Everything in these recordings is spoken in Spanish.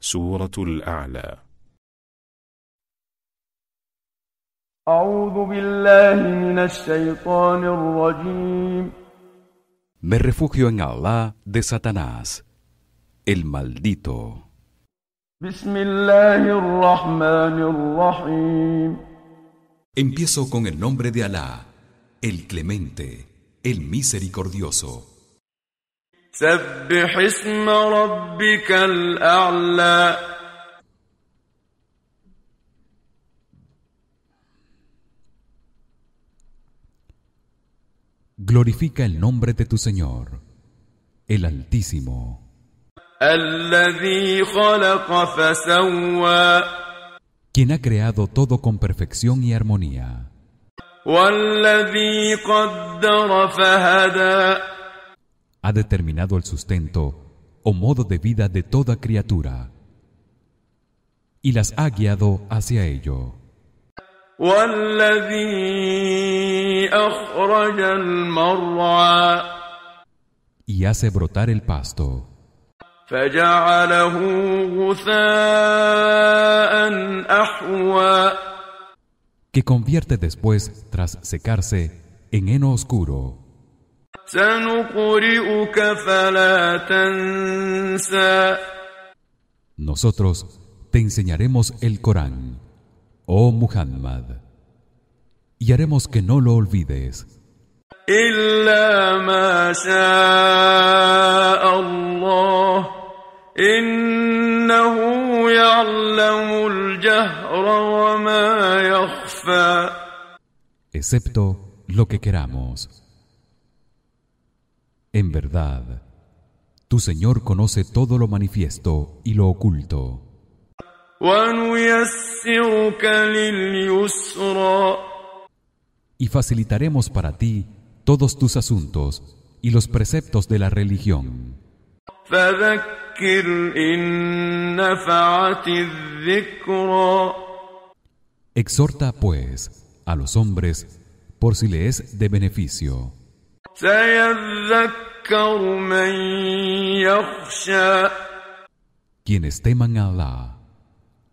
سورة الأعلى أعوذ بالله من الشيطان الرجيم Me refugio en Allah de Satanás, el maldito. بسم الله الرحمن الرحيم Empiezo con el nombre de Alá, el clemente, el misericordioso. سبح اسم ربك الأعلى Glorifica el nombre de tu Señor, el Altísimo, الذي خلق فسوى quien ha creado todo con perfección y armonía, والذي قدر فهدى ha determinado el sustento o modo de vida de toda criatura y las ha guiado hacia ello, والذي أخرج المرعى y hace brotar el pasto, فجعله غثاء أحوى que convierte después, tras secarse, en heno oscuro. سنقرئك فلا تنسى Nosotros te enseñaremos el Corán, oh Muhammad, y haremos que no lo olvides, إلا ما شاء الله إنه يعلم الجهر وما يخفى excepto lo que queramos. En verdad, tu Señor conoce todo lo manifiesto y lo oculto. ونيسرك لليسرى y facilitaremos para ti todos tus asuntos y los preceptos de la religión. فذكر إن نفعت الذكرى Exhorta, pues, a los hombres por si le es de beneficio. سيذكر من يخشى Quienes teman a Alá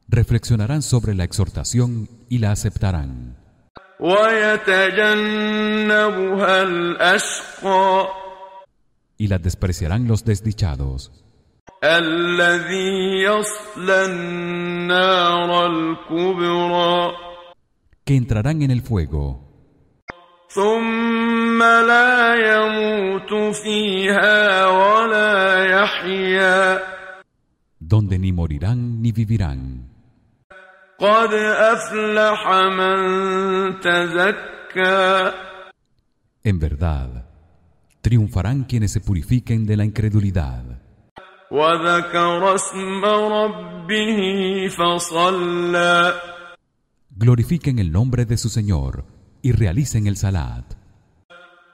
reflexionarán sobre la exhortación y la aceptarán. ويتجنبها الأشقى Y la despreciarán los desdichados, الذي يصلى النار الكبرى que entrarán en el fuego, ثم لا يموت فيها ولا يحيا donde ni morirán ni vivirán. قد أفلح من تزكى En verdad, triunfarán quienes se purifiquen de la incredulidad. وذكر اسم ربه فصلى glorifiquen el nombre de su Señor y realicen el salat.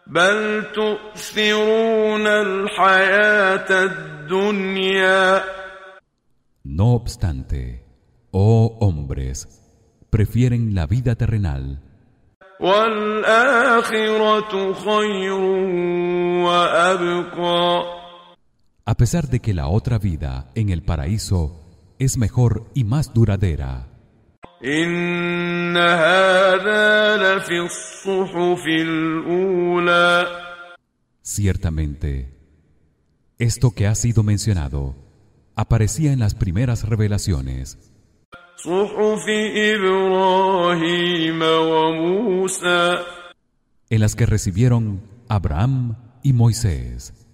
بل تؤثرون الحياة الدنيا No obstante, oh hombres, prefieren la vida terrenal والآخرة خير وأبقى a pesar de que la otra vida en el paraíso es mejor y más duradera. إن هذا لفي الصحف الأولى Ciertamente, esto que ha sido mencionado aparecía en las primeras revelaciones, صحف إبراهيم وموسى en las que recibieron Abraham y Moisés.